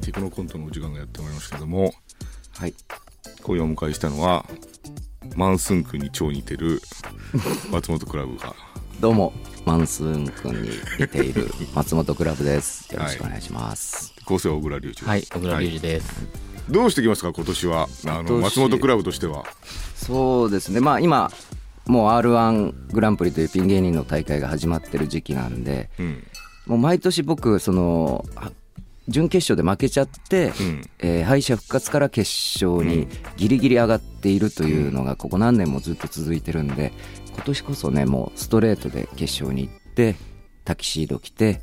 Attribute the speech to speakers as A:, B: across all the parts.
A: テクノコントのお時間がやってまいりましたけども
B: はい。
A: 今夜お迎えしたのはマンスン君に超似て る松本クラブが
B: どうも、マンスーン君に似ている松本クラブです。よろしくお願いします。
A: 構成は小倉隆一です
C: はい、小倉隆二です。
A: どうしてきますか今年はあの
B: 今年
A: 松本クラブとしては
B: そうですね。まあ今、もう R1 グランプリというピン芸人の大会が始まってる時期なんで、
A: うん
B: もう毎年僕、その、あ準決勝で負けちゃって、
A: うん
B: えー敗者復活から決勝にギリギリ上がっているというのがここ何年もずっと続いてるんで今年こそねもうストレートで決勝に行ってタキシード着て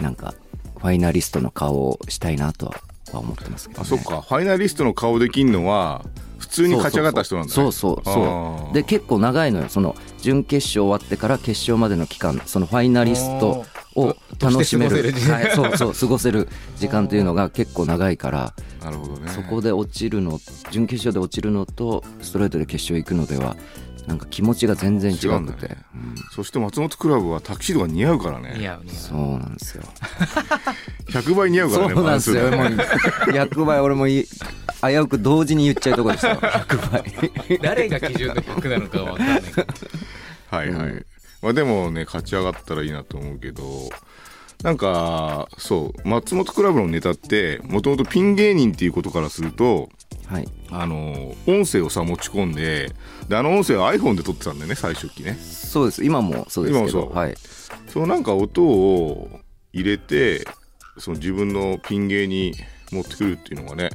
B: なんかファイナリストの顔をしたいなとは思ってますけど、ね、
A: あそっかファイナリストの顔できんのは普通に勝ち上がった人なんだね
B: そうそうそう
A: あ
B: そ
A: ー
B: うで結構長いのよその準決勝終わってから決勝までの期間そのファイナリストを楽しめ
C: として過
B: る
C: ごせる時間
B: はい、そうそう過ご せる時間というのが結構長いから
A: なるほどね
B: そこで落ちるの準決勝で落ちるのとストレートで決勝行くのではなんか気持ちが全然違
A: 違うん
B: く
A: だ
B: て
A: ねそして松本クラブはタキシードが似合うからね
C: 似合う似
B: そ
C: 合う。
B: うなんですよ
A: 100倍似合うからね
B: そうなんですよ
A: マンスン
B: もう100倍 俺もい危うく同時に言っちゃうとこでしたよ100倍
C: 誰が基準の曲なのかわかんない。
A: はいはい、まあでもね勝ち上がったらいいなと思うけどなんかそう松本クラブのネタってもともとピン芸人っていうことからすると
B: はい
A: あの音声をさ持ち込んでであの音声は iPhone で撮ってたんだよね最初期ね
B: そうです今もそうですけ
A: 今も
B: ど
A: そう
B: はい
A: そのなんか音を入れてその自分のピン芸に持ってくるっていうのがね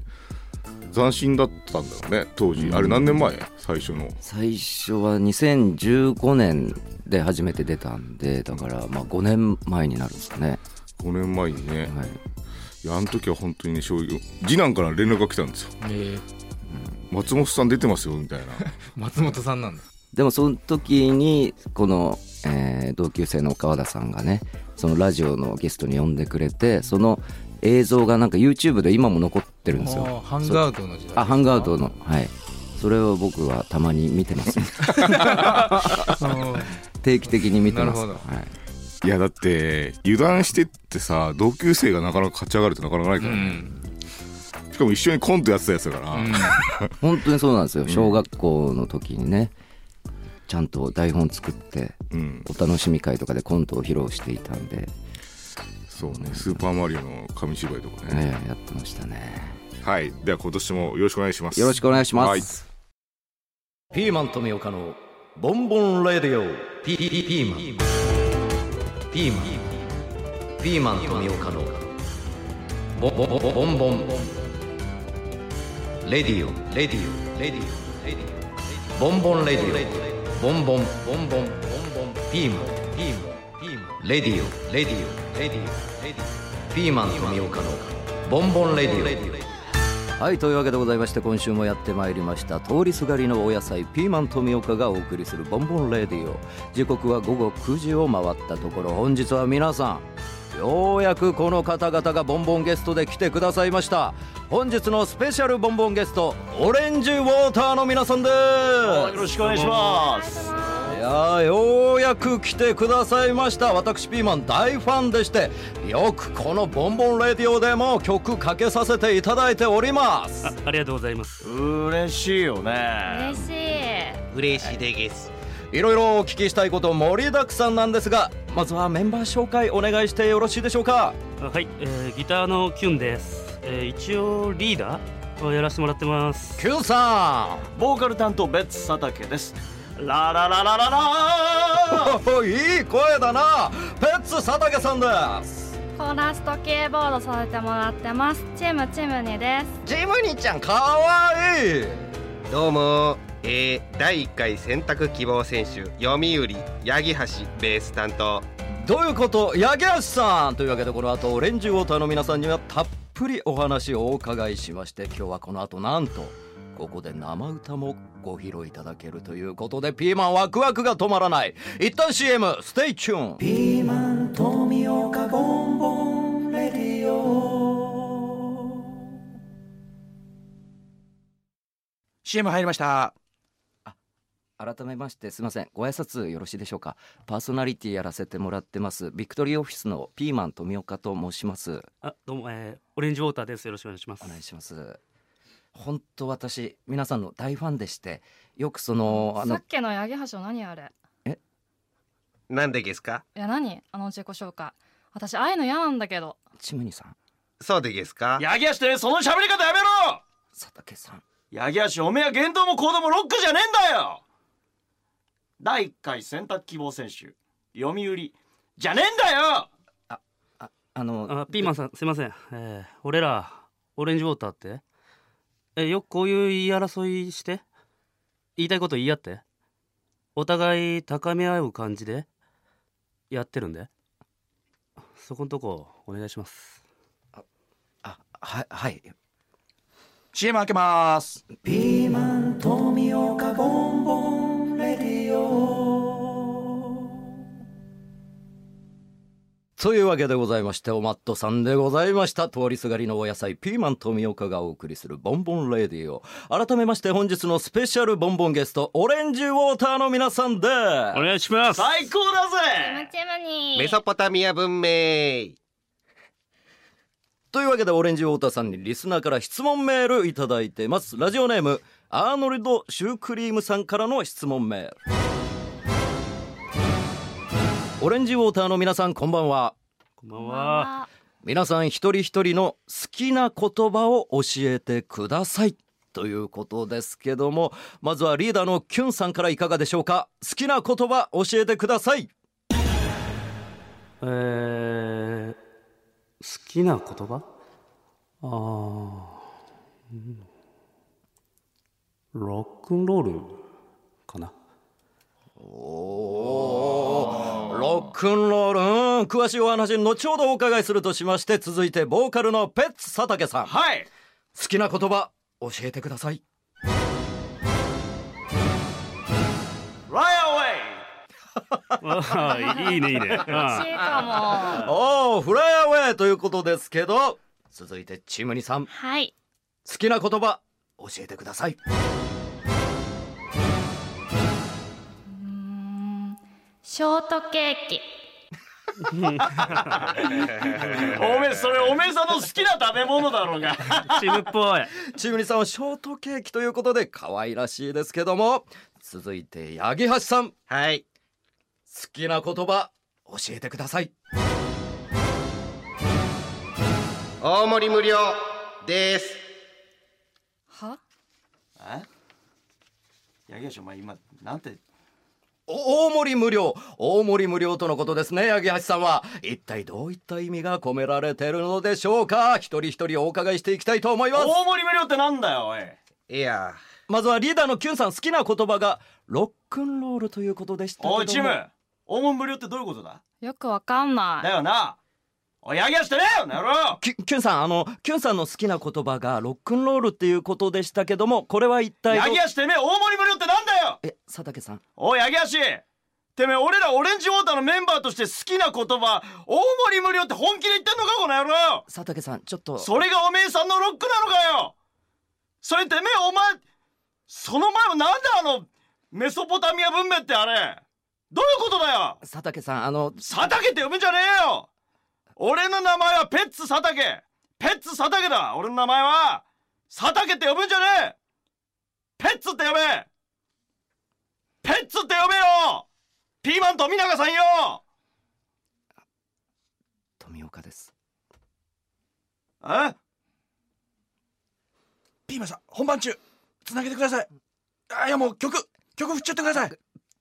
A: 斬新だったんだろうね当時あれ何年前最初の
B: 最初は2015年で初めて出たんでだからまあ5年前になるんですかね
A: 5年前にね
B: はい
A: いやあの時は本当にね衝撃次男から連絡が来たんですよ
C: えー
A: 松本さん出てますよみたいな
C: 松本さんなんだ。
B: でもその時にこの、えー同級生の川田さんがねそのラジオのゲストに呼んでくれてその映像がなんか YouTube で今も残ってるんです
C: あー
B: よ
C: ハンガードの時代。
B: あハンガード。のはいそれを僕はたまに見てます 定期的に見てます
C: なるほど
B: はい、
A: いやだって油断してってさ同級生がなかなか勝ち上がるってなかなかないか
C: う
A: らね、
C: ん。
A: しかも一緒にコントやってたやつだから、
C: うん
B: 本当にそうなんですよ小学校の時にねちゃんと台本作って
A: うん、
B: お楽しみ会とかでコントを披露していたんで、
A: そうね「スーパーマリオ」の紙芝居とか
B: え
A: ね、
B: ーやってましたね
A: はいでは今年もよろしくお願いします
B: よろしくお願いします、
A: はい
D: ピーマン富岡のボンボンレディオピーピーピーマンピーマンピーマン富岡のボボボボンボンレディオレディオレディオレディオボンボンレディオボンボンボンボンボンボンピーマンピーマンピーマンレディオレディオレディオレディオピーマン富岡のボンボンレディオはいというわけでございまして今週もやってまいりました通りすがりのお野菜ピーマン富岡がお送りするボンボンレディオ時刻は午後9時を回ったところ本日は皆さんようやくこの方々がボンボンゲストで来てくださいました本日のスペシャルボンボンゲストオレンジウォーターの皆さんですよろしくお願いしますいやーようやく来てくださいました私ピーマン大ファンでしてよくこの「ボンボンレディオ」でも曲かけさせていただいております
E: ありがとうございます。
F: 嬉しいよね
G: 嬉しい
H: 嬉しいでげす。
D: いろいろお聞きしたいこと盛りだくさんなんですがまずはメンバー紹介お願いしてよろしいでしょうか
E: あはい、えーギターのキュンです。えー一応リーダーをやらせてもらってます。
D: Q さん
F: ボーカル担当ベッツ佐竹ですララララララ
D: おいい声だなペッツ佐竹さんです
G: コーラスとキーボードさせてもらってますチームチームにです
D: ジムニちゃんかわいい
H: どうも、えー、第1回選択希望選手、読売、八木橋、ベース担当。
D: どういうこと八木橋さんというわけでこの後オレンジウォーターの皆さんにはたっぷりお話をお伺いしまして今日はこの後なんとここで生歌もご披露いただけるということでピーマンワクワクが止まらない一旦 CM ステイチューン
B: 改めましてすいませんご挨拶よろしいでしょうかパーソナリティやらせてもらってますビクトリーオフィスのピーマン富岡と申します
E: あどうも、えー、オレンジウォーターですよろしくお願いします
B: お願いします本当私皆さんの大ファンでしてよくそのあ
G: さ
B: の
G: っきの八木橋の何あれ
H: なんでですか
G: いや何あの自己紹介私ああいうの嫌なんだけど
B: チムニさん
H: そうでですか
F: 八木橋ってねその喋り方やめろ
B: 佐竹さん
F: 八木橋おめえは言動も行動もロックじゃねえんだよ第1回選択希望選手読売じゃねえんだよ
B: ああの
E: あピーマンさんすいません、えー、俺らオレンジウォーターってえよくこういう言い争いして言いたいこと言い合ってお互い高め合う感じでやってるんでそこんとこお願いします
B: あはいはい
F: CM 開けます
B: というわけでございましておマットさんでございました通りすがりのお野菜ピーマン富岡がお送りするボンボンレディオ改めまして本日のスペシャルボンボンゲストオレンジウォーターの皆さんで
E: お願いします
F: 最高だ
G: チム
F: ぜ
G: チムに
H: メソポタミア文明
B: というわけでオレンジウォーターさんにリスナーから質問メールいただいてますラジオネームアーノルド・シュークリームさんからの質問メールオレンジウォーターの皆さんこんばんは
E: こんばん
G: う
E: は
G: わ
B: 皆さん一人一人の好きな言葉を教えてくださいということですけどもまずはリーダーのキュンさんからいかがでしょうか好きな言葉教えてください
E: えー、好きな言葉ああ、うん、ロックンロールかな
B: ロックンロールうん詳しいお話後ほどお伺いするとしまして続いてボーカルのペッツ佐竹さん好
F: はい
B: きな言葉教えてください
F: Right away
E: ああいいねいいね
G: ー
E: あ
G: 嬉しいかも
B: おーフライアウェイということですけど続いてチムニさん好
G: はい
B: きな言葉教えてください
G: ショートケーキ
F: おめえそれおめえさんの好きな食べ物だろうが
E: あチームっぽい
B: チムニさんはショートケーキということで可愛らしいですけども続いて八木橋さん好
H: はい
B: きな言葉教えてください
H: 大盛り無料です
G: は
F: 八木橋お前今なんて
B: お大盛り無料大盛り無料とのことですね八木橋さんは一体どういった意味が込められてるのでしょうか一人一人お伺いしていきたいと思いま
F: 大
B: す
F: 盛り無料ってなんだよおい
H: いや
B: まずはリーダーのキュンさん好きな言葉がロックンロールということでしたけども
F: おいチム大盛り無料ってどういうことだ
G: よくわかん
F: だ
G: ない
F: よなおい八木橋ってねえよなろ
B: キュキュンさんあのキュンさんの好きな言葉がロックンロールっていうことでしたけどもこれは一体ど
F: 八木橋てめえ大盛り無料ってなんだよ
B: え佐竹さん
F: おい八木橋てめえ俺らオレンジウォーターのメンバーとして好きな言葉大盛り無料って本気で言ってんのかこの野郎
B: 佐竹さんちょっと
F: それがおめえさんのロックなのかよそれてめえお前その前もなんであのメソポタミア文明ってあれどういうことだよ
B: 佐竹さんあの
F: 佐竹って呼ぶんじゃねえよ俺の名前はペッツ佐竹ペッツ佐竹だ俺の名前は佐竹って呼ぶんじゃねえペッツって呼べペッツって呼べよピーマン富永さんよ
B: 富岡です
F: え
I: ピーマンさん、本番中、つなげてください。あ、いやもう曲、曲振っちゃってください。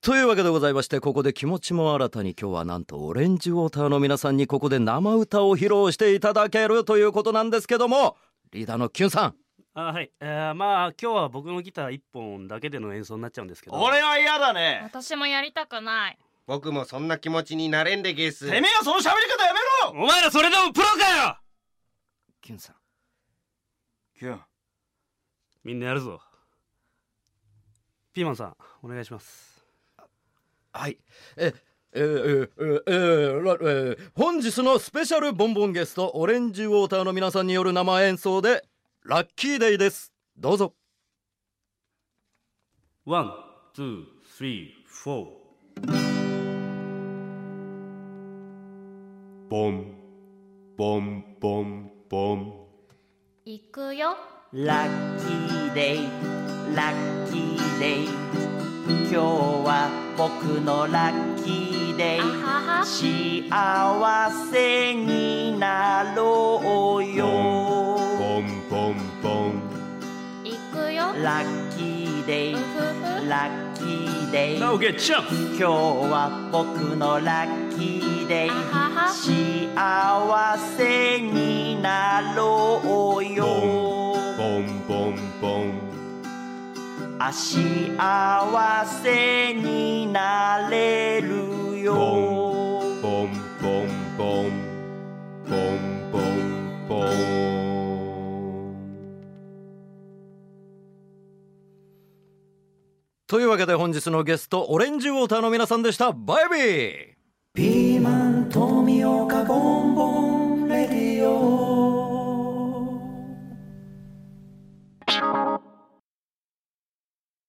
B: というわけでございましてここで気持ちも新たに今日はなんとオレンジウォーターの皆さんにここで生歌を披露していただけるということなんですけどもリーダーのキュンさん
E: あはい、えー、まあ今日は僕のギター1本だけでの演奏になっちゃうんですけど
F: 俺は嫌だね
G: 私もやりたくない
H: 僕もそんな気持ちになれんでゲス
F: てめえはその喋り方やめろ
E: お前らそれでもプロかよ
B: キュンさん
F: キュン
E: みんなやるぞピーマンさんお願いします
B: はいええーえーえーえーらえー本日のスペシャルボンボンゲストオレンジウォーターの皆さんによる生演奏でラッキーデイですどうぞ
E: ワンツース three, four. ボンボンボンボン
G: 行くよ
F: ラッキーデイラッキーデイ今日は僕のラッキーデイ幸せになろうよ
E: ボンボンボン
G: 行くよ
F: ラッキーデイラッキーデイ
E: Now get
F: 今日は僕のラッキーデイ幸せになろうよ
E: ボンボンボン
F: あ幸せになれるよ
E: ボンボンボンボンボンボン
D: というわけで本日のゲストオレンジウォーターの皆さんでしたバイビー
F: ピーマン富岡ボンボン